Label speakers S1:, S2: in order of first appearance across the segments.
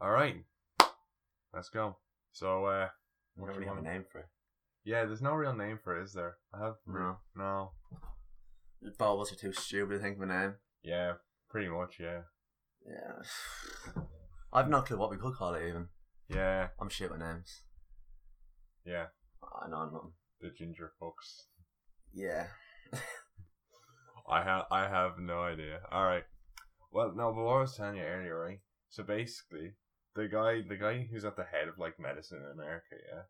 S1: All right, let's go. So, uh,
S2: We already have a name for it.
S1: yeah, there's no real name for it, is there? I have
S2: No.
S1: no.
S2: The Bulbas are too stupid to think of a name.
S1: Yeah, pretty much. Yeah,
S2: Yeah. I've no clue what we could call it even.
S1: yeah,
S2: I'm shit with names.
S1: yeah.
S2: I know I'm not.
S1: The ginger fucks.
S2: Yeah.
S1: I have I have no idea. All right. Well, no, but what I was telling you earlier, right? So basically, the guy, the guy who's at the head of like medicine in America, yeah,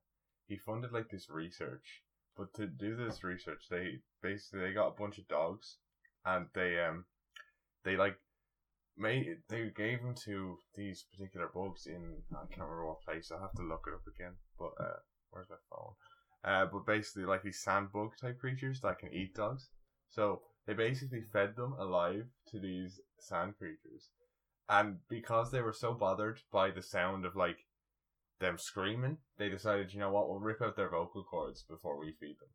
S1: he funded like this research. But to do this research, they basically they got a bunch of dogs, and they um, they like made they gave them to these particular bugs in I can't remember what place. I have to look it up again. But uh, where's my phone? Uh, but basically like these sand bug type creatures that can eat dogs. So they basically fed them alive to these sand creatures. And because they were so bothered by the sound of like them screaming, they decided, you know what, we'll rip out their vocal cords before we feed them.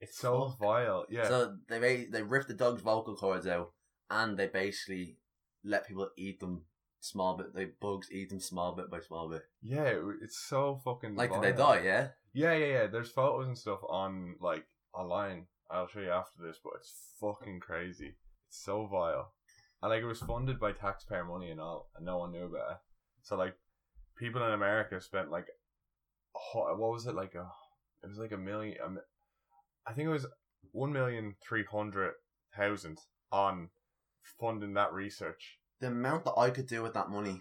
S1: It's so
S2: Fuck.
S1: vile. Yeah.
S2: So they ba- they ripped the dog's vocal cords out, and they basically let people eat them small bit. They bugs eat them small bit by small bit.
S1: yeah, it, it's so fucking
S2: Like did they
S1: vile.
S2: die? Yeah.
S1: Yeah, yeah, yeah. There's photos and stuff on like online. I'll show you after this, but it's fucking crazy. It's so vile, and like it was funded by taxpayer money and all, and no one knew about it. So like, people in America spent like, a hu- what was it like a? It was like a million. a mi- I think it was one million three hundred thousand on funding that research.
S2: The amount that I could do with that money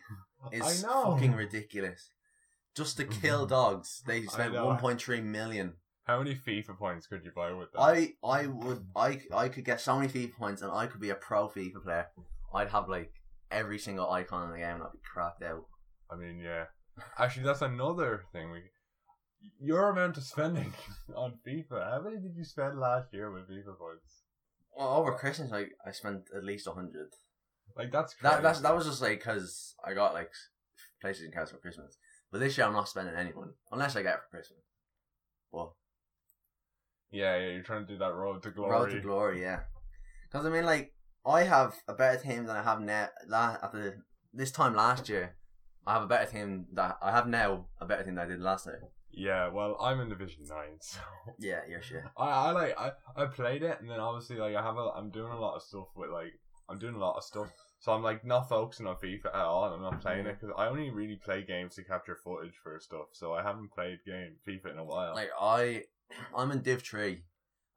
S2: is
S1: I know.
S2: fucking ridiculous. Just to kill dogs, they spent
S1: know.
S2: 1.3 million.
S1: How many FIFA points could you buy with that?
S2: I I would I I could get so many FIFA points, and I could be a pro FIFA player. I'd have like every single icon in the game, and I'd be cracked out.
S1: I mean, yeah. Actually, that's another thing. We, your amount of spending on FIFA. How many did you spend last year with FIFA points?
S2: Well, over Christmas, I I spent at least 100.
S1: Like that's crazy.
S2: That that's, that was just like because I got like PlayStation cards for Christmas. But this year I'm not spending any money unless I get it for Christmas. Well,
S1: yeah, yeah. You're trying to do that road to glory.
S2: road to glory, yeah. Because I mean, like I have a better team than I have now. La- at the this time last year, I have a better team that I have now. A better team than I did last year.
S1: Yeah. Well, I'm in Division Nine, so
S2: Yeah, you're sure.
S1: I, I like I, I played it, and then obviously like I have a I'm doing a lot of stuff with like I'm doing a lot of stuff. So I'm like not focusing on FIFA at all. and I'm not playing it because I only really play games to capture footage for stuff. So I haven't played game FIFA in a while.
S2: Like I, I'm in Div Three,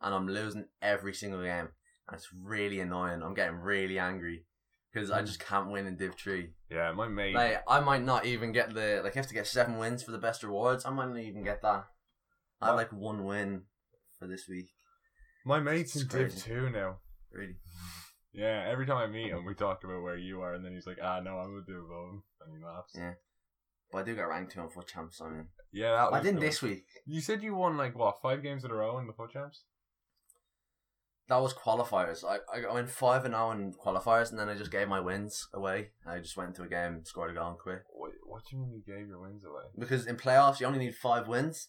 S2: and I'm losing every single game, and it's really annoying. I'm getting really angry because I just can't win in Div Three.
S1: yeah, my mate.
S2: Like I might not even get the like I have to get seven wins for the best rewards. I might not even get that. I
S1: What?
S2: have like one win for this week.
S1: my mate's in
S2: it's
S1: Div
S2: crazy.
S1: Two now.
S2: Really,
S1: Yeah, every time I meet him, we talk about where you are, and then he's like, "Ah, no, I'm with Duvon," and he laughs.
S2: Yeah. but I do get ranked two on foot champs. I mean,
S1: Yeah, that was
S2: I didn't
S1: cool.
S2: this week.
S1: You said you won like what five games in a row in the foot champs.
S2: That was qualifiers. I I went five and zero in qualifiers, and then I just gave my wins away. I just went into a game, scored a goal, and quit.
S1: What, what do you mean you gave your wins away?
S2: Because in playoffs, you only need five wins.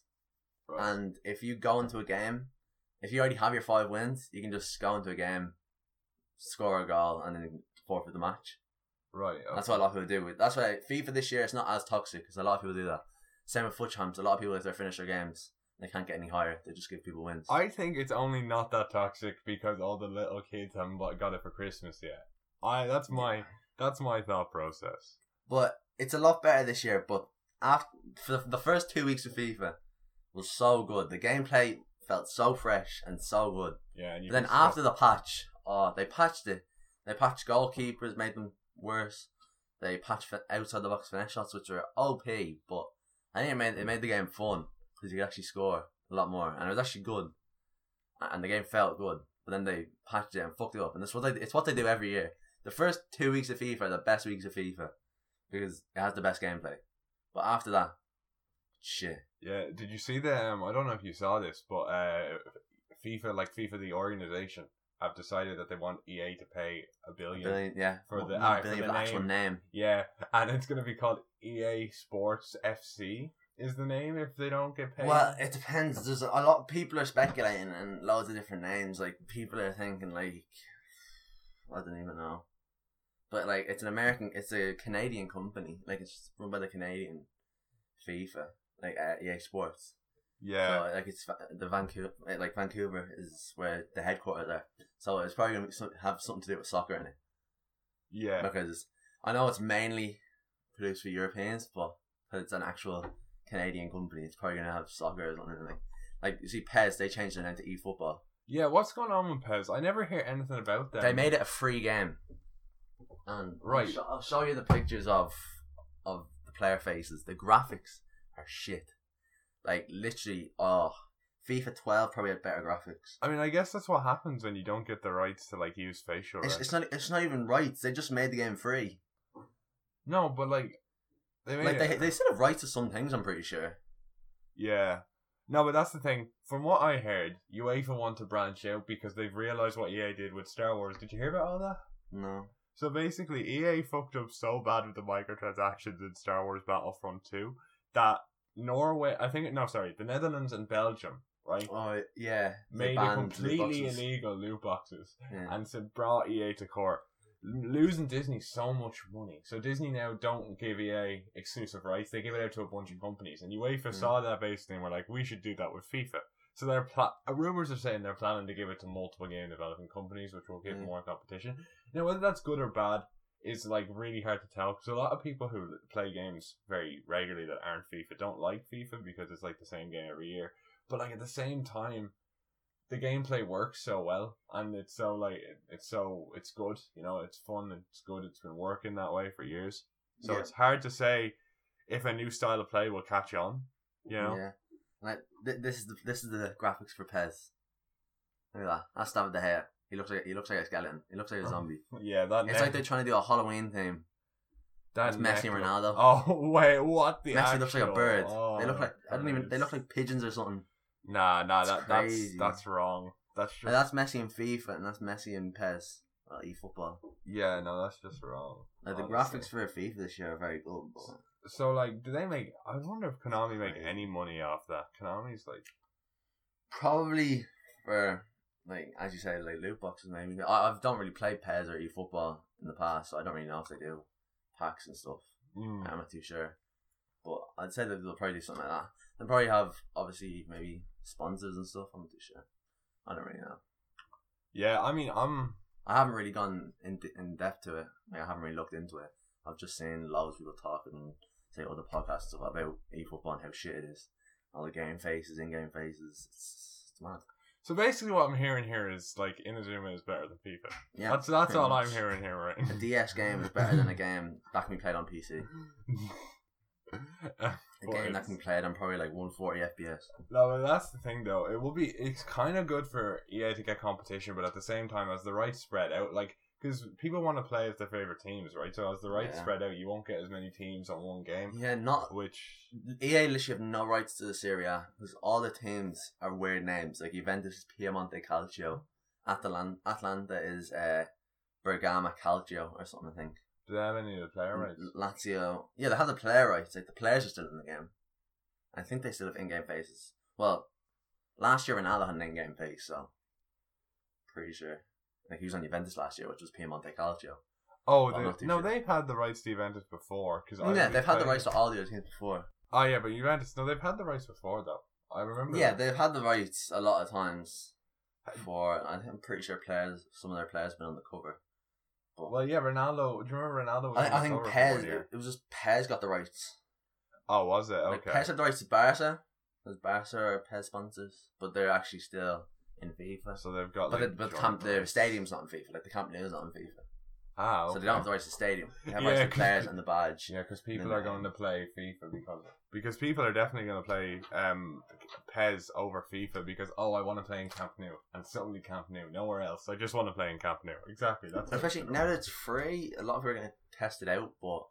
S1: Right.
S2: And if you go into a game, if you already have your five wins, you can just go into a game, score a goal, and then forfeit the match.
S1: right. Okay.
S2: That's what a lot of people do. With that's why FIFA this year it's not as toxic because a lot of people do that. Same with foot champs. A lot of people if they finish their games, they can't get any higher. They just give people wins.
S1: I think it's only not that toxic because all the little kids haven't bought- got it for Christmas yet. I that's my that's my thought process.
S2: But it's a lot better this year. But after for the- the first two weeks of FIFA was so good. The gameplay felt so fresh and so good.
S1: Yeah, and you
S2: But then
S1: can stop-
S2: after the patch, oh, they patched it. They patched goalkeepers, made them worse. They patched fi- outside the box finesse shots, which were OP, but I think it made, it made the game fun because you could actually score a lot more, and it was actually good, A- and the game felt good. But then they patched it and fucked it up, and that's what they, it's what they do every year. The first two weeks of FIFA are the best weeks of FIFA because it has the best gameplay. But after that, shit.
S1: Yeah, did you see the? Um, I don't know if you saw this, but uh, FIFA, like FIFA, the organization, have decided that they want EA to pay a billion.
S2: Billion, yeah,
S1: For the-
S2: Not
S1: alright, for
S2: billion,
S1: the
S2: but actual
S1: name.
S2: name.
S1: Yeah, and it's gonna be called EA Sports FC is the name if they don't get paid.
S2: Well, it depends. There's a lot. People are speculating and loads of different names. Like people are thinking, like I don't even know. But like, it's an American, it's a Canadian company. Like, it's run by the Canadian FIFA, like uh, EA Sports.
S1: Yeah.
S2: So, like it's Va- the Vancouver, like Vancouver is where the headquarters are. So it's probably gonna be some, have something to do with soccer in it
S1: yeah.
S2: because I know it's mainly produced for Europeans, but 'cause it's an actual Canadian company. It's probably gonna have soccer or something like. Like you see, Pez they changed their name to eFootball.
S1: Yeah, what's going on with Pez? I never hear anything about them.
S2: They made it a free game, and
S1: Right.
S2: I'll sho- I'll show you the pictures of of the player faces. The graphics are shit. Like literally, oh, FIFA 12 probably had better graphics.
S1: I mean, I guess that's what happens when you don't get the rights to like use facial.
S2: It's,
S1: rec-
S2: it's not. It's not even rights. They just made the game free.
S1: no, but like they made
S2: Like
S1: it-
S2: they, they still have rights to some things. I'm pretty sure.
S1: Yeah. No, but that's the thing. From what I heard, UEFA want to branch out because they've realized what EA did with Star Wars. Did you hear about all that?
S2: No.
S1: So basically, EA fucked up so bad with the microtransactions in Star Wars Battlefront 2 that Norway, I think, no, sorry, the Netherlands and Belgium, right,
S2: Oh yeah. They
S1: made it
S2: banned the
S1: completely
S2: boxes.
S1: illegal loot boxes
S2: Yeah.
S1: and so brought EA to court. L- Losing Disney so much money. So Disney now don't give EA exclusive rights. They give it out to a bunch of companies. And UEFA
S2: Mm.
S1: saw that basically and were like, we should do that with FIFA. So their pla- uh, rumors are saying they're planning to give it to multiple game developing companies, which will give
S2: Mm.
S1: more competition. Now, whether that's good or bad is like really hard to tell because a lot of people who l- play games very regularly that aren't FIFA don't like FIFA because it's like the same game every year. But like at the same time, the gameplay works so well and it's so like it- it's so it's good. You know, it's fun. It's good. It's been working that way for years. So
S2: Yeah.
S1: it's hard to say if a new style of play will catch on. You know.
S2: Yeah. Like th- this is the this is the graphics for Pez. Look at that. That's David De Gea. He looks like he looks like a skeleton. He looks like a
S1: Oh.
S2: zombie.
S1: Yeah, that
S2: It's like they're trying to do a Halloween theme.
S1: that
S2: That's Messi and
S1: neck-
S2: Ronaldo.
S1: Oh wait, what the?
S2: Messi looks like a
S1: actual-
S2: bird.
S1: Oh,
S2: they look like I don't even. They
S1: Christ.
S2: look like pigeons or something.
S1: Nah, nah,
S2: It's
S1: that, that's
S2: crazy.
S1: that's wrong. That's just
S2: And that's Messi and FIFA, and that's Messi and Pez. Well, eFootball.
S1: yeah, no, that's just wrong.
S2: Like the
S1: honestly.
S2: graphics for FIFA this year are very good. But
S1: So like, do they make? I wonder if Konami make any money off that. Konami's like,
S2: probably for like as you say, like loot boxes maybe. I I don't really played Pez or eFootball in the past, so I don't really know if they do packs and stuff.
S1: mm,
S2: I'm not too sure, but I'd say that they'll probably do something like that. They'll probably have obviously maybe sponsors and stuff. I'm not too sure. I don't really know.
S1: yeah. I mean, I'm
S2: I haven't really gone in in depth to it. Like, I haven't really looked into it. I've just seen loads of people talking and say other podcasts and stuff about eFootball and how shit it is. All the game faces, in game faces. It's, it's mad.
S1: so basically what I'm hearing here is like Inazuma is better than FIFA.
S2: Yeah,
S1: that's that's
S2: pretty
S1: all
S2: much.
S1: I'm hearing here right.
S2: A DS game is better than a game that can be played on PC.
S1: Uh,
S2: A
S1: Well,
S2: game that can be played on probably like 140 FPS.
S1: No, but that's the thing though. It will be. It's kind of good for EA to get competition, but at the same time, as the rights spread out, like because people want to play as their favorite teams, right? So as the rights
S2: Yeah.
S1: spread out, you won't get as many teams on one game,
S2: Yeah, not
S1: which
S2: EA literally have no rights to the Serie A because all the teams are weird names. Like Juventus is Piemonte Calcio, Atalan- Atlanta is uh, Bergama Calcio or something. I think
S1: do they have any of the player rights?
S2: L- Lazio. Yeah, they have the player rights. Like the players are still in the game. I think they still have in-game faces. Well, last year Ronaldo had an in-game face, so pretty sure. Like he was on Juventus last year, which was Piemonte Calcio.
S1: Oh,
S2: I'm
S1: they,
S2: not too
S1: no,
S2: sure.
S1: they've had the rights to Juventus before. Cause I
S2: yeah,
S1: was
S2: they've had the
S1: playing-
S2: rights to all the other teams before.
S1: Oh yeah, but Juventus. No, they've had the rights before though. I remember.
S2: Yeah,
S1: that.
S2: they've had the rights a lot of times for. I think I'm pretty sure players, some of their players, have been on the cover. But
S1: Well, yeah, Ronaldo. Do you remember Ronaldo? Was on
S2: I,
S1: the
S2: I think
S1: cover for
S2: Pez.
S1: one year?
S2: It was just Pez got the rights.
S1: Oh, was it?
S2: Like
S1: Okay.
S2: Pez had the rights to Barca. There's Barca or Pez sponsors, but they're actually still in FIFA.
S1: so they've got.
S2: But,
S1: like,
S2: the, but the
S1: joint
S2: camp, the
S1: rights.
S2: stadium's not in FIFA. Like the Camp Nou is not in FIFA,
S1: Ah,
S2: so
S1: okay.
S2: they don't have the rights to stadium. They have
S1: Yeah,
S2: rights to
S1: 'cause-
S2: players and the badge.
S1: Yeah, because people
S2: then
S1: are
S2: they-
S1: going to play FIFA because because people are definitely going to play um Pez over FIFA because oh I want to play in Camp Nou and it's only Camp Nou nowhere else I just want to play in Camp Nou exactly that's
S2: Especially now that it's free, a lot of people are going to test it out, but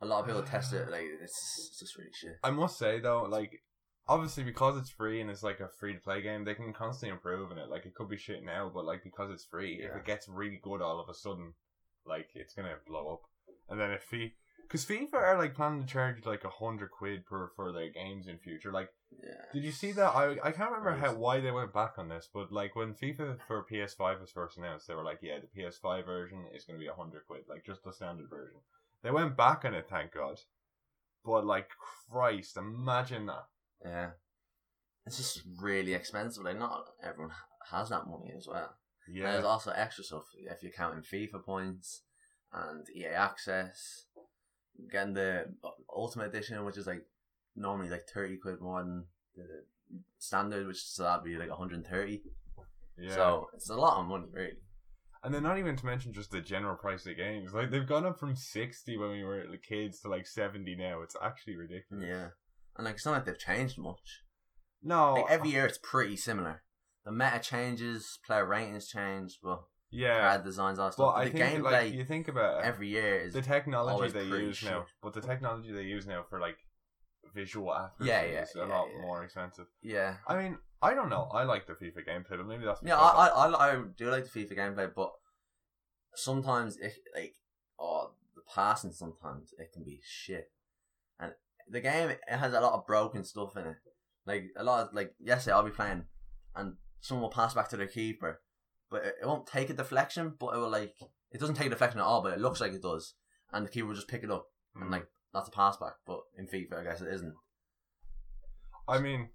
S2: a lot of people test it like it's, it's just really shit.
S1: I must say though like obviously because it's free and it's like a free to play game they can constantly improve on it like it could be shit now but like because it's free if
S2: Yeah.
S1: it gets really good all of a sudden like it's gonna blow up and then if FIFA because FIFA are like planning to charge like a hundred quid per for their games in future like
S2: Yeah.
S1: Did you see that? I I can't remember
S2: Right.
S1: how why they went back on this, but like when FIFA for PS5 was first announced, they were like, yeah, the PS5 version is going to be hundred quid, like just the standard version. They went back on it, thank God. But like Christ, imagine that.
S2: Yeah. It's just really expensive. Like, not everyone ha- has that money as well. And
S1: Yeah,
S2: there's also extra stuff if you're counting FIFA points and EA Access. Getting the Ultimate Edition, which is like normally like 30 quid more than the standard, which so that'd be like 130.
S1: yeah.
S2: So it's a lot of money, really.
S1: And then not even to mention just the general price of games. Like they've gone up from sixty when we were like, kids to like seventy now. It's actually ridiculous.
S2: Yeah. And like, it's not like they've changed much.
S1: No,
S2: Like, every year it's pretty similar. The meta changes, player ratings change, but
S1: yeah.
S2: card designs, all that
S1: But
S2: stuff.
S1: I
S2: But the
S1: think
S2: gameplay
S1: like you think about it,
S2: every year is
S1: the technology
S2: always
S1: they
S2: pretty
S1: use now,
S2: shit.
S1: but the technology they use now for like visual accuracy
S2: Yeah, yeah,
S1: is a
S2: yeah,
S1: lot
S2: yeah.
S1: more expensive.
S2: yeah.
S1: I mean, I don't know. I like the FIFA gameplay, but maybe that's
S2: Yeah, I, I, I, I do like the FIFA gameplay, but sometimes it like oh the passing sometimes it can be shit, and the game it has a lot of broken stuff in it. Like a lot of like yesterday I'll be playing, and someone will pass back to their keeper, but it, it won't take a deflection, but it will like it doesn't take a deflection at all, but it looks like it does, and the keeper will just pick it up and
S1: Mm.
S2: like that's a pass back, but in FIFA I guess it isn't.
S1: I mean,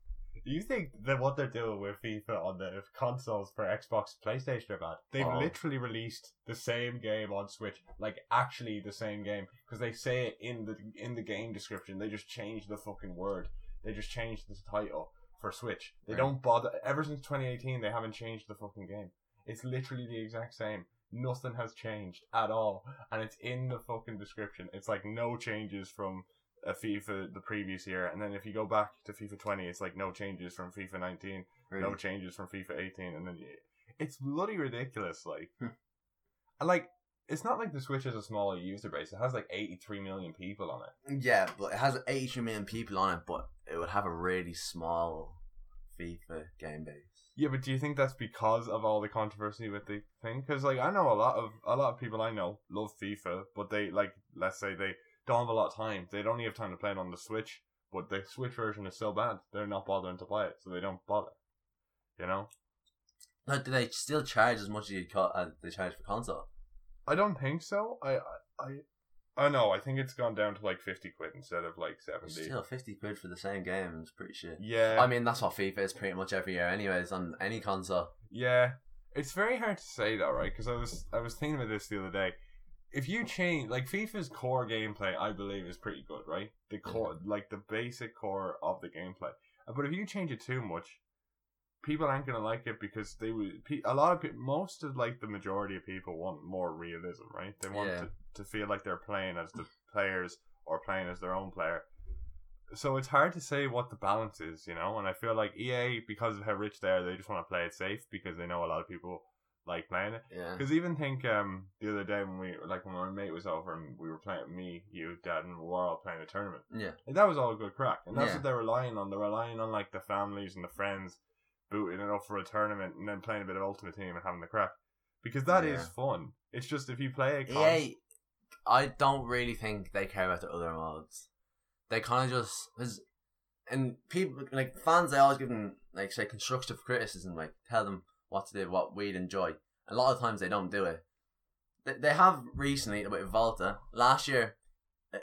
S1: do you think that what they're doing with FIFA on the consoles for Xbox, PlayStation are bad? They've
S2: Oh.
S1: literally released the same game on Switch, like actually the same game, because they say it in the in the game description. They just changed the fucking word. They just changed the title for Switch. They
S2: Right.
S1: don't bother. Ever since 2018, they haven't changed the fucking game. It's literally the exact same. Nothing has changed at all, and it's in the fucking description. It's like no changes from a FIFA the previous year, and then if you go back to FIFA 20, it's like no changes from FIFA 19, no changes from FIFA 18, and then you, it's bloody ridiculous. Like, and like it's not like the Switch has a smaller user base; it has like 83 million people on it.
S2: Yeah, but it has 82 million people on it, but it would have a really small FIFA game base.
S1: Yeah, but do you think that's because of all the controversy with the thing? Because like I know a lot of a lot of people I know love FIFA, but they like let's say they don't have a lot of time; they don't have time to play it on the Switch. But the Switch version is so bad, they're not bothering to play it, so they don't bother. You know.
S2: Like, do they still charge as much as you co- uh, they charge for console?
S1: I don't think so. I I- I I know. I think it's gone down to like fifty quid instead of like
S2: It's
S1: seventy.
S2: still 50 quid for the same game, it's pretty shit.
S1: Yeah,
S2: I mean, that's what FIFA is pretty much every year, anyways, on any console.
S1: yeah. It's very hard to say though, right? Because I was I was thinking about this the other day. If you change like FIFA's core gameplay, I believe is pretty good, right? The core, like the basic core of the gameplay. Uh, But if you change it too much, people aren't gonna like it because they would. pe- A lot of people, most of like the majority of people want more realism, right? They want
S2: Yeah.
S1: to, to feel like they're playing as the players or playing as their own player. So it's hard to say what the balance is, you know. And I feel like EA, because of how rich they are, they just want to play it safe because they know a lot of people like playing it.
S2: Yeah.
S1: Because even think um the other day when we like when my mate was over and we were playing me, you, dad, and we were all playing a tournament.
S2: Yeah.
S1: Like, that was all good crack, and that's
S2: Yeah.
S1: what they're relying on. They're relying on like the families and the friends booting it up for a tournament and then playing a bit of Ultimate Team and having the crack because that is
S2: Yeah. E
S1: fun. It's just if you play a con-
S2: EA, I don't really think they care about the other modes. They kind of just cause, and people like fans. They always give them like say constructive criticism, like tell them what to do, what we'd enjoy. A lot of times they don't do it. They, they have recently with Volta last year.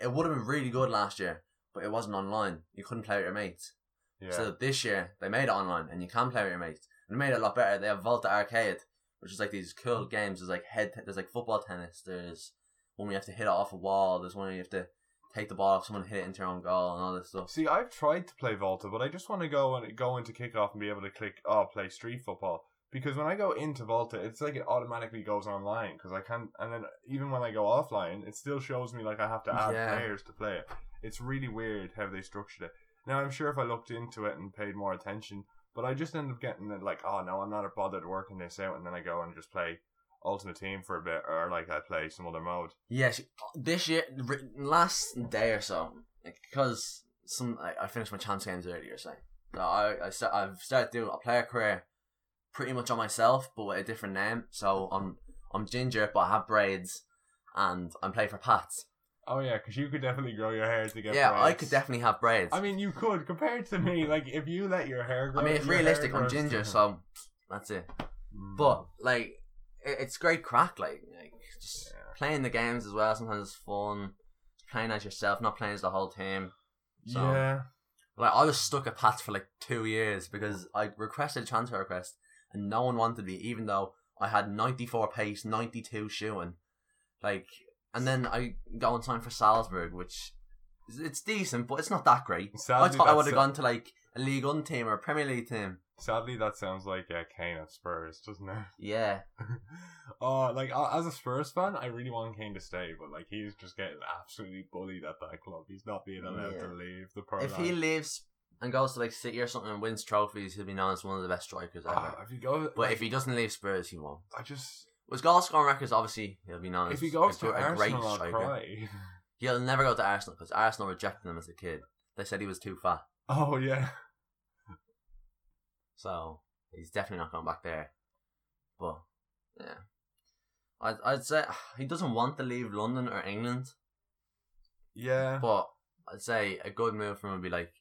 S2: It would have been really good last year, but it wasn't online. You couldn't play with your mates.
S1: yeah.
S2: So this year they made it online, and you can play with your mates. And they made it a lot better. They have Volta Arcade, which is like these cool games. There's like head, there's like football tennis. There's one where you have to hit it off a wall. There's one where you have to take the ball off someone, hit it into your own goal, and all this stuff.
S1: See, I've tried to play Volta, but I just want to go and go into kickoff and be able to click, oh, play street football. Because when I go into Volta, it's like it automatically goes online. Because I can't, and then even when I go offline, it still shows me like I have to add
S2: Yeah.
S1: players to play it. It's really weird how they structured it. Now I'm sure if I looked into it and paid more attention, but I just end up getting it like, oh no, I'm not bothered working this out, and then I go and just play Ultimate Team for a bit, or like I play some other mode.
S2: Yes, this year, r- last day or so, because some I, I finished my chance games earlier, so so I, I start, I've started doing a player career pretty much on myself, but with a different name. So I'm I'm ginger, but I have braids, and I'm playing for Pats.
S1: Oh yeah, because you could definitely grow your hair to get.
S2: yeah, I
S1: braids.
S2: could definitely have braids.
S1: I mean, you could compared to me. Like, if you let your hair grow,
S2: I mean, it's
S1: your hair
S2: realistic. I'm
S1: grows
S2: ginger,
S1: too.
S2: so that's it.
S1: Mm.
S2: But like, it, it's great crack. Like, like just
S1: Yeah.
S2: playing the games as well. Sometimes it's fun. Playing as yourself, not playing as the whole team. so-
S1: yeah,
S2: Like I was stuck at Pats for like two years because I requested a transfer request and no one wanted me, even though I had 94 pace, 92 shooting. Like, and then I got on time for Salzburg, which is- it's decent, but it's not that great. I
S1: sadly,
S2: thought I
S1: that
S2: would have
S1: sa-
S2: gone to like a League One team or a Premier League team.
S1: Sadly, that sounds like yeah, Kane at Spurs, doesn't it?
S2: Yeah,
S1: Oh, like uh, as a Spurs fan, I really want Kane to stay, but like he's just getting absolutely bullied at that club. He's not being allowed
S2: Yeah.
S1: to leave the pro.
S2: if he leaves and goes to like City or something and wins trophies, he'll be known as one of the best strikers ever.
S1: if you go,
S2: but if he doesn't leave Spurs, he won't.
S1: I just
S2: With goal scoring records, obviously he'll be known
S1: if
S2: as
S1: he goes
S2: a,
S1: to
S2: gr- a great
S1: Arsenal, I'll
S2: striker.
S1: cry.
S2: He'll never go to Arsenal because Arsenal rejected him as a kid. They said he was too fat,
S1: Oh yeah,
S2: so he's definitely not going back there. But yeah, I'd I'd say he doesn't want to leave London or England,
S1: yeah.
S2: but I'd say a good move for him would be like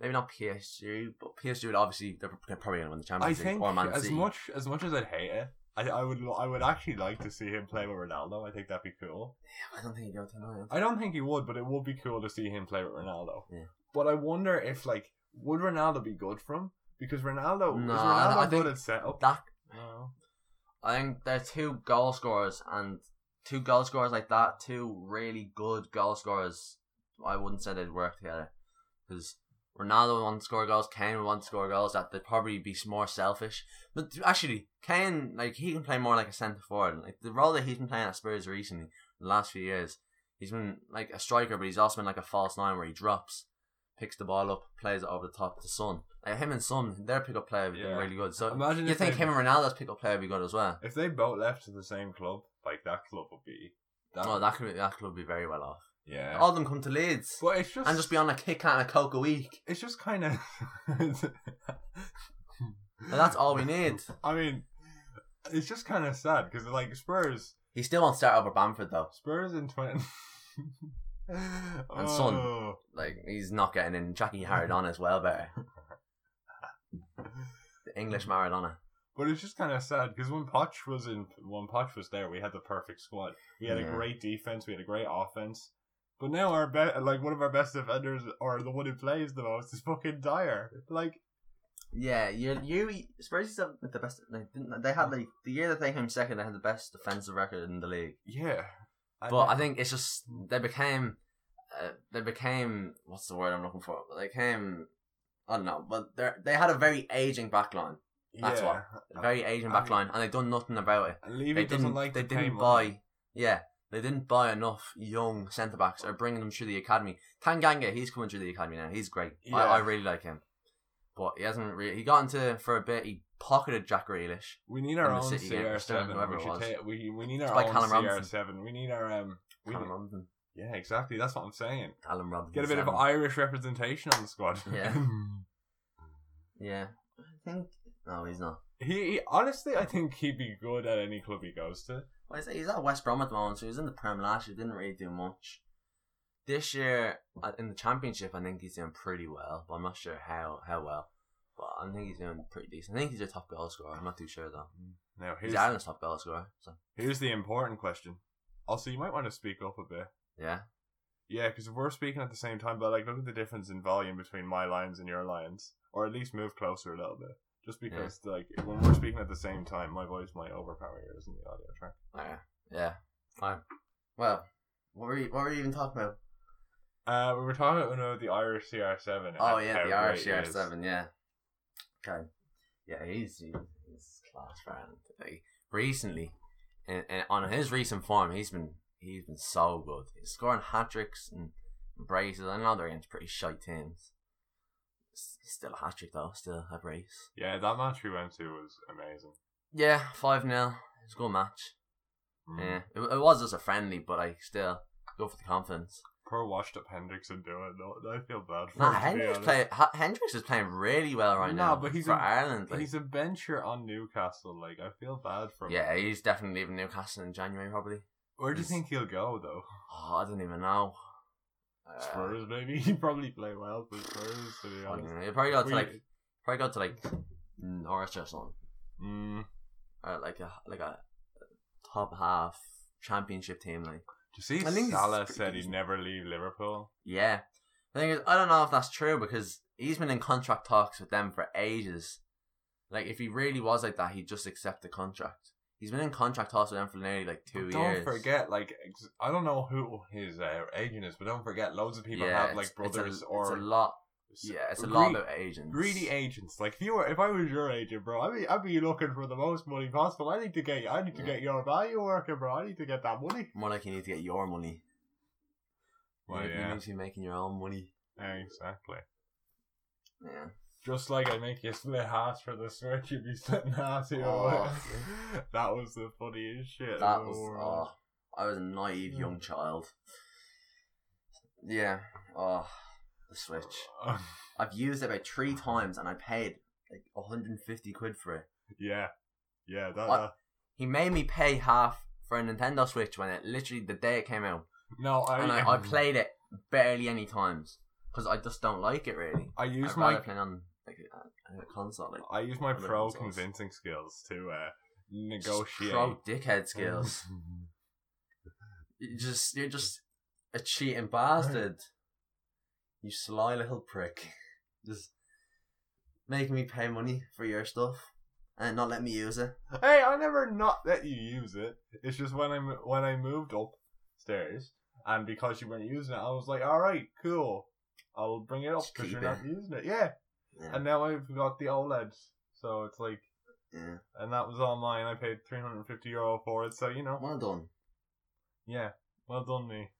S2: maybe not PSG, but PSG would obviously they're p- probably going to win the
S1: I
S2: Champions League
S1: think
S2: or Man
S1: as
S2: City.
S1: much as much as I'd hate it, I, I would lo- I would actually like to see him play with Ronaldo. I think that'd be cool.
S2: Yeah, I don't think he'd go to United.
S1: I don't think he would, but it would be cool to see him play with Ronaldo.
S2: Yeah.
S1: But I wonder if like would Ronaldo be good for him? Because Ronaldo
S2: No,
S1: is
S2: I-
S1: Ronaldo
S2: I
S1: good
S2: think
S1: at setup.
S2: That
S1: no.
S2: I think there are two goal scorers and two goal scorers like that, two really good goal scorers. I wouldn't say they'd work together because Ronaldo would want to score goals, Kane would want to score goals. That they'd probably be s- more selfish. But th- actually, Kane like he can play more like a centre forward. Like the role that he's been playing at Spurs recently, the last few years, he's been like a striker, but he's also been like a false nine where he drops, picks the ball up, plays it over the top to Son. Like him and Son, their pick up play have been
S1: Yeah.
S2: really good. So
S1: Imagine
S2: you
S1: if
S2: think
S1: they-
S2: him and Ronaldo's pick up play would be good as well.
S1: If they both left to the same club, like that club would be. That,
S2: Oh, that could be, that club be very well off.
S1: yeah.
S2: All of them come to Leeds
S1: but it's just,
S2: and just be on a kick and a coke a week.
S1: it's just kind of.
S2: And that's all we need.
S1: I mean, it's just kind of sad because like Spurs,
S2: He still won't start over Bamford though.
S1: Spurs in twenty. and
S2: Son.
S1: Oh,
S2: Like he's not getting in. Jackie Maradona is well better. The English Maradona.
S1: But it's just kind of sad because when Poch was in, when Poch was there, we had the perfect squad. We had
S2: Yeah.
S1: a great defense. We had a great offense. But now our be- like one of our best defenders, or the one who plays the most, is fucking Dyer. Like,
S2: Yeah, you you Spurs used to have the best. They, didn't, they had like the year that they came second. They had the best defensive record in the league.
S1: yeah.
S2: But I think it's just they became, uh, they became what's the word I'm looking for? They became, I don't know, but they they had a very aging backline, that's
S1: yeah.
S2: a very aging
S1: I-
S2: backline, and they done nothing about it.
S1: And Levy
S2: they
S1: doesn't
S2: didn't
S1: like
S2: they
S1: to pay
S2: didn't
S1: money.
S2: buy yeah they didn't buy enough young centre backs or bringing them through the academy. Tanganga he's coming through the academy now he's great
S1: Yeah.
S2: I, I really like him but he hasn't really he got into it for a bit he pocketed Jack Grealish
S1: We need our
S2: in the
S1: own
S2: City game,
S1: CR
S2: Sterling,
S1: seven.
S2: whoever
S1: We,
S2: it
S1: should
S2: was.
S1: ta- we we need
S2: by
S1: our own
S2: Callum
S1: CR
S2: Robinson.
S1: seven. We need our um. We
S2: Callum
S1: need-
S2: Robinson
S1: yeah, exactly. That's what I'm saying.
S2: Callum Robinson
S1: Get a bit of
S2: seven.
S1: Irish representation on the squad.
S2: Yeah. yeah I think no he's not
S1: he, he honestly, I think he'd be good at any club he goes to.
S2: well, he's, he's at West Brom at the moment so he was in the Prem last year didn't really do much this year uh, in the Championship I think he's doing pretty well but I'm not sure how how well but I think he's doing pretty decent I think he's a top goal scorer I'm not too sure though
S1: Now
S2: He's
S1: here's
S2: Ireland's top goal scorer. So
S1: here's the important question. Also, you might want to speak up a bit.
S2: yeah,
S1: Yeah, because we're speaking at the same time, but like, look at the difference in volume between my lines and your lines, or at least move closer a little bit. Just because, like, when we're speaking at the same time, my voice might overpower yours in the audio track.
S2: yeah, yeah. Fine. Well, what were you, what were you even talking about?
S1: Uh, we were talking about uh, the Irish CR7. and
S2: Oh yeah,
S1: how
S2: the Irish
S1: great it
S2: CR
S1: is.
S2: seven. Yeah. Okay. Yeah, he's he's class for Ireland. Like, recently, and, and on his recent form, he's been he's been so good. He's scoring hat tricks and braces. I know they're against pretty shite teams. S- Still a hat trick though. Still a brace.
S1: Yeah, that match we went to was amazing.
S2: Yeah, five 0 It's a good match.
S1: Mm.
S2: Yeah, it, it was just a friendly, but I still go for the confidence.
S1: Poor washed up Hendrickson doing it. I feel bad for
S2: Nah,
S1: him. to be
S2: Hendricks
S1: honest.
S2: play, Ha- Hendricks is playing really well right
S1: Nah,
S2: now.
S1: but he's
S2: for
S1: a-
S2: Ireland. Like,
S1: He's a bencher on Newcastle. Like, I feel bad for him.
S2: yeah, he's definitely leaving Newcastle in January probably.
S1: Where do you
S2: He's-
S1: think he'll go though?
S2: Oh, I don't even know. Uh,
S1: Spurs, maybe. He'd probably play well for Spurs. To be
S2: I don't
S1: honest.
S2: know. He'll probably go to
S1: We-
S2: like probably go to like Norwich or something,
S1: Mm,
S2: or like a like a top half championship team. Like
S1: do you see?
S2: I think he's
S1: Salah
S2: pretty
S1: said he'd
S2: decent.
S1: never leave Liverpool.
S2: yeah, the thing is, I don't know if that's true because he's been in contract talks with them for ages. Like if he really was like that, he'd just accept the contract. He's been in contract talks with them for nearly like two
S1: But don't
S2: years.
S1: forget, like ex- I don't know who his uh, agent is, but don't forget, loads of people have like
S2: it's- it's a-
S1: brothers
S2: it's a,
S1: or
S2: lot.
S1: s-
S2: Yeah, it's a lot
S1: greedy-
S2: about agents.
S1: greedy agents. Like if you were, if I was your agent, bro, I'd be, I'd be looking for the most money possible. I need to get, I need to
S2: Yeah.
S1: get your value working, bro. I need to get that money.
S2: More like you need to get your money.
S1: Well,
S2: you, you
S1: Oh, yeah.
S2: need to be making your own money.
S1: Exactly.
S2: Yeah.
S1: Just like I make you split halves for the switch, you'd be splitting halves here.
S2: Oh.
S1: that was the funniest shit. in
S2: That
S1: the
S2: was
S1: world.
S2: oh, I was a naive young child. Yeah. Oh, the Switch. I've used it about three times and I paid like 150 quid for it.
S1: yeah, yeah. That,
S2: What?
S1: that-
S2: He made me pay half for a Nintendo Switch when it literally the day it came out,
S1: no, I
S2: and I, I played it barely any times because I just don't like it really.
S1: I use
S2: I'd
S1: my
S2: rather play on like a, a console, like
S1: I use my
S2: Other
S1: pro
S2: consoles.
S1: convincing skills to uh,
S2: just
S1: negotiate.
S2: pro dickhead skills. You just you're just a cheating bastard. You sly little prick. Just making me pay money for your stuff and not let me use it.
S1: hey, I never not let you use it. It's just when I mo- when I moved upstairs and because you weren't using it, I was like, all right, cool. I will bring it up
S2: Just
S1: because
S2: keep
S1: you're
S2: it.
S1: not using it. Yeah,
S2: Yeah.
S1: and now I've got the OLEDs, so it's like,
S2: yeah.
S1: and that was all mine. I paid three hundred and fifty euro for it, so you know,
S2: Well done.
S1: yeah, well done me.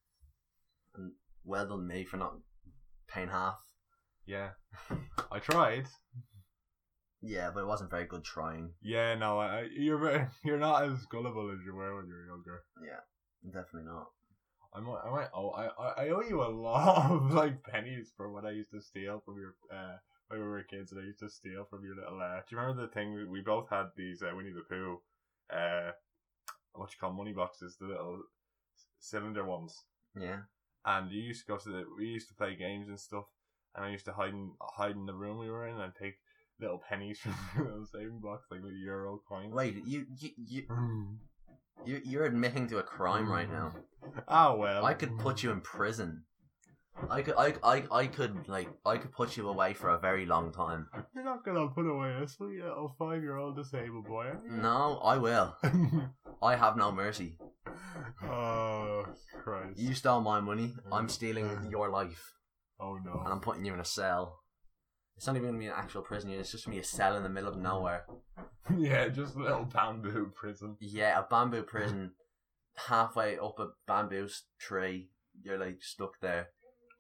S2: Well done me for not paying half.
S1: Yeah, I tried.
S2: Yeah, but it wasn't very good trying.
S1: Yeah, no, I, I- you're very- you're not as gullible as you were when you were younger.
S2: Definitely not.
S1: I might, I might owe, oh, I, I- I owe you a lot of like pennies for what I used to steal from your, uh, when we were kids, and I used to steal from your little. Uh, do you remember the thing we, we both had these uh, Winnie the Pooh, uh, what you call money boxes, the little c- cylinder ones,
S2: Yeah.
S1: and you used to go to the, we used to play games and stuff, and I used to hide in, hide in the room we were in and take little pennies from the little saving box, like little euro coins.
S2: Wait, you you you you you're admitting to a crime right now.
S1: Oh well.
S2: I could put you in prison. I could I, I I could like I could put you away for a very long time.
S1: You're not gonna put away a sweet little five year old disabled boy, are you?
S2: No, I will. I have no mercy.
S1: oh Christ.
S2: You stole my money. I'm stealing your life,
S1: oh
S2: and I'm
S1: no.
S2: putting you in a cell. It's not even gonna be an actual prison. It's just gonna be a cell in the middle of nowhere.
S1: yeah, just a little bamboo prison.
S2: Yeah, a bamboo prison, halfway up a bamboo s- tree. You're like stuck there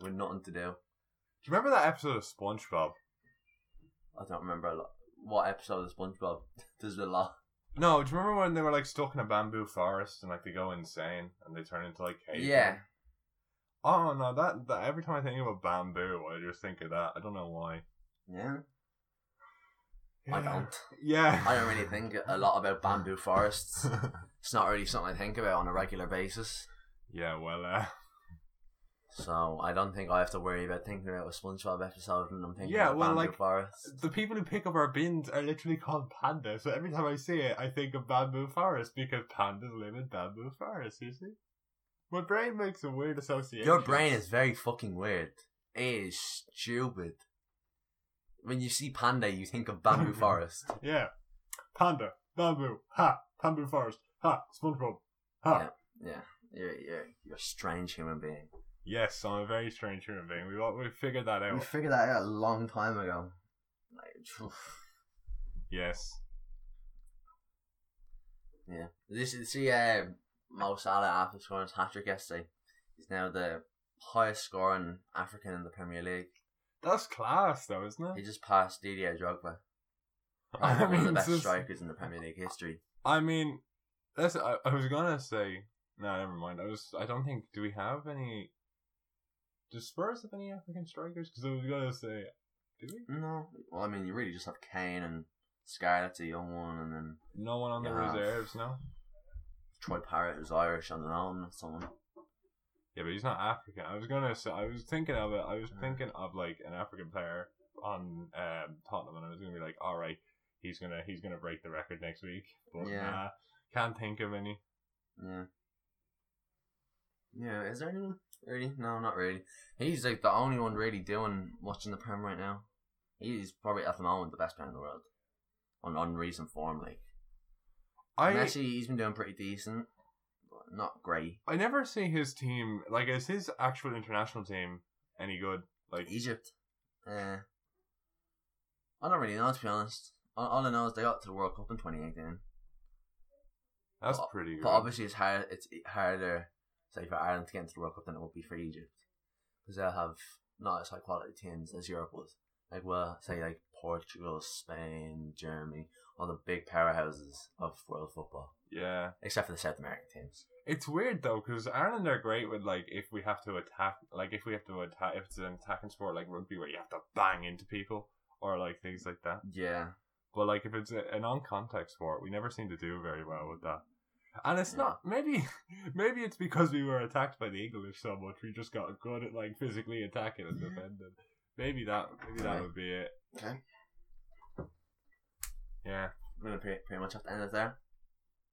S2: with nothing to do.
S1: Do you remember that episode of SpongeBob?
S2: I don't remember a lot. What episode of SpongeBob? There's a lot.
S1: No, do you remember when they were like stuck in a bamboo forest and like they go insane and they turn into like cavemen?
S2: Yeah,
S1: Oh no, that, that every time I think of a bamboo, I just think of that. I don't know why.
S2: yeah. I don't.
S1: Yeah.
S2: I don't really think a lot about bamboo forests. It's not really something I think about on a regular basis.
S1: yeah. Well. Uh,
S2: So I don't think I have to worry about thinking about a SpongeBob episode when I'm thinking
S1: Yeah,
S2: about
S1: well,
S2: Bamboo
S1: like-
S2: Forest.
S1: The people who pick up our bins are literally called panda, so every time I see it, I think of bamboo forest because pandas live in bamboo forest. You see, my brain makes a weird association.
S2: Your brain is very fucking weird. It is stupid. When you see panda, you think of Bamboo Forest.
S1: yeah, panda, bamboo, ha, bamboo forest, ha, SpongeBob, ha.
S2: Yeah, you're you're you're a strange human being.
S1: Yes, I'm a very strange human being. We we figured that
S2: We
S1: out.
S2: figured that out a long time ago. Like,
S1: yes.
S2: Yeah. This is see uh, Mo Salah after scoring his hat trick yesterday. He's now the highest scoring African in the Premier League.
S1: That's class, though, isn't
S2: He
S1: it?
S2: just passed Didier Drogba.
S1: I
S2: Probably one of the
S1: mean,
S2: best
S1: just-
S2: strikers in the Premier League history.
S1: I mean, that's. I, I was gonna say. No, never mind. I was. I don't think. Do we have any? Do Spurs have any African strikers? Because I was gonna say. Do we?
S2: No, well, I mean, you really just have Kane and Scarlett's a young one, and then
S1: No one on the
S2: Yeah.
S1: reserves. No.
S2: Troy Parrott, who's Irish, on their own or someone.
S1: Yeah, but he's not African. I was gonna say, I was thinking of it. I was
S2: Yeah.
S1: thinking of like an African player on um, Tottenham, and I was gonna be like, all right, he's gonna he's gonna break the record next week. But
S2: Yeah.
S1: nah, can't think of any.
S2: Yeah. Yeah, is there anyone really? No, not really. He's like the only one really doing watching the Prem right now. He's probably at the moment the best player in the world. On on recent form, like
S1: I
S2: Messi, he's been doing pretty decent, but not great.
S1: I never see his team like is his actual international team any good? Like
S2: Egypt, uh, I don't really know to be honest. All, all I know is they got to the World Cup in 2018.
S1: that's
S2: but-
S1: pretty good.
S2: But obviously, it's hard. It's harder, say, for Ireland to get into the World Cup than it would be for Egypt, because they'll have not as high quality teams as Europe was. Like, well, say like Portugal, Spain, Germany, all the big powerhouses of world football,
S1: yeah,
S2: except for the South American teams.
S1: it's weird though because Ireland are great with like if we have to attack, like if we have to attack, if it's an attacking sport like rugby where you have to bang into people or like things like that.
S2: Yeah,
S1: But like if it's a, a non-contact sport, we never seem to do very well with that. And it's
S2: Yeah.
S1: not maybe maybe it's because we were attacked by the English so much. We just got good at like physically attacking and
S2: Yeah.
S1: defending. Maybe that maybe that
S2: Mm-hmm. Right.
S1: would be it.
S2: Okay.
S1: Yeah.
S2: I'm gonna pretty, pretty much have to end it there.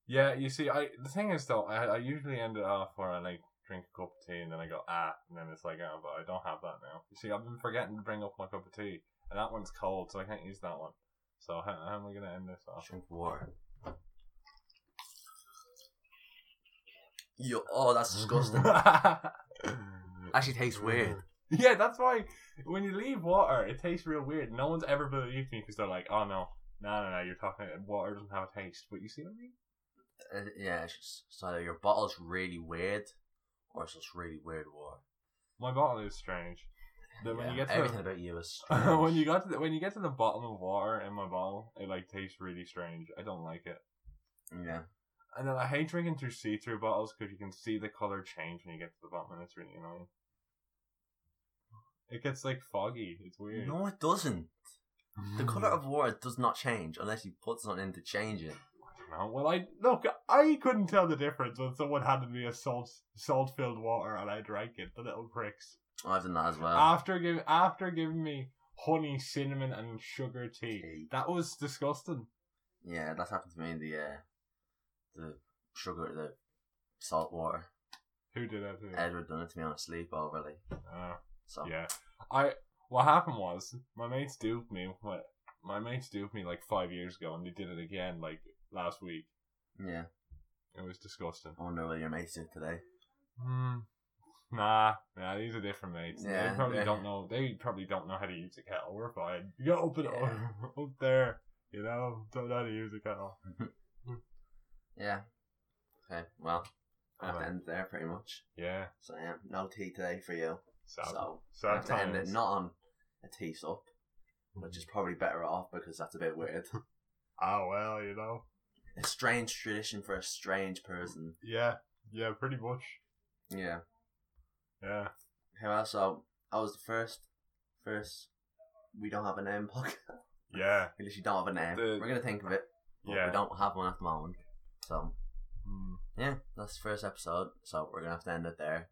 S1: Yeah, you see, I the thing is though, I I usually end it off where I like drink a cup of tea and then I go ah, and then it's like oh, but I don't have that now. You see, I've been forgetting to bring up my cup of tea, and that one's cold, so I can't use that one. So how, how am I gonna end this off?
S2: Drink water. Yo, oh, that's disgusting. Actually, tastes weird.
S1: Yeah, that's why when you leave water, it tastes real weird. No one's ever believed me because they're like, "Oh no, no, no, no, you're talking water doesn't have a taste." But you see what I mean?
S2: Uh, yeah, it's just, it's either your bottle's really weird, or it's just really weird water.
S1: My bottle is strange. That when
S2: Yeah,
S1: you get to
S2: everything
S1: the-
S2: about you is
S1: when
S2: strange.
S1: you got to the, when you get to the bottom of water in my bottle, it like tastes really strange. I don't like it.
S2: yeah,
S1: And then I hate drinking through see-through bottles because you can see the color change when you get to the bottom, and it's really annoying. It gets like foggy. It's weird.
S2: no, it doesn't. The color of water does not change unless you put something in to change it.
S1: No, well, I look, I couldn't tell the difference when someone handed me a salt salt filled water and I drank it. The little pricks
S2: I've done that as well.
S1: after give after giving me honey, cinnamon, and sugar tea.
S2: Tea.
S1: That was disgusting.
S2: yeah, that's happened to me. The uh, the sugar, the salt water.
S1: Who did that to you?
S2: Edward done it to me on a sleepover, like
S1: Uh,
S2: so.
S1: yeah, I. What happened was my mates duped me. My, my mates duped me like five years ago, and they did it again like last week.
S2: Yeah.
S1: It was disgusting.
S2: I wonder what your mates did today.
S1: Hmm. Nah, nah, these are different mates.
S2: Yeah,
S1: they probably
S2: they're-
S1: don't know. They probably don't know how to use a kettle. We're fine. You gotta open it
S2: Yeah.
S1: up, up there. You know, don't know how to use a kettle.
S2: Yeah. Okay. Well, I have to
S1: Alright.
S2: end it there pretty much.
S1: Yeah.
S2: So yeah, no tea today for you.
S1: So,
S2: So
S1: so
S2: I have to end it
S1: times. Mm.
S2: not on a tea sup, which is probably better off because that's a bit weird.
S1: Oh well, you know.
S2: a strange tradition for a strange person.
S1: Yeah. Yeah. Pretty much.
S2: Yeah.
S1: Yeah.
S2: Okay, well, so I was the first, first. We don't have a name podcast.
S1: Yeah.
S2: We literally don't have a name.
S1: The-
S2: We're gonna think of it. But
S1: Yeah.
S2: We don't have one at the moment. So
S1: Hmm.
S2: yeah, that's the first episode. So we're gonna have to end it there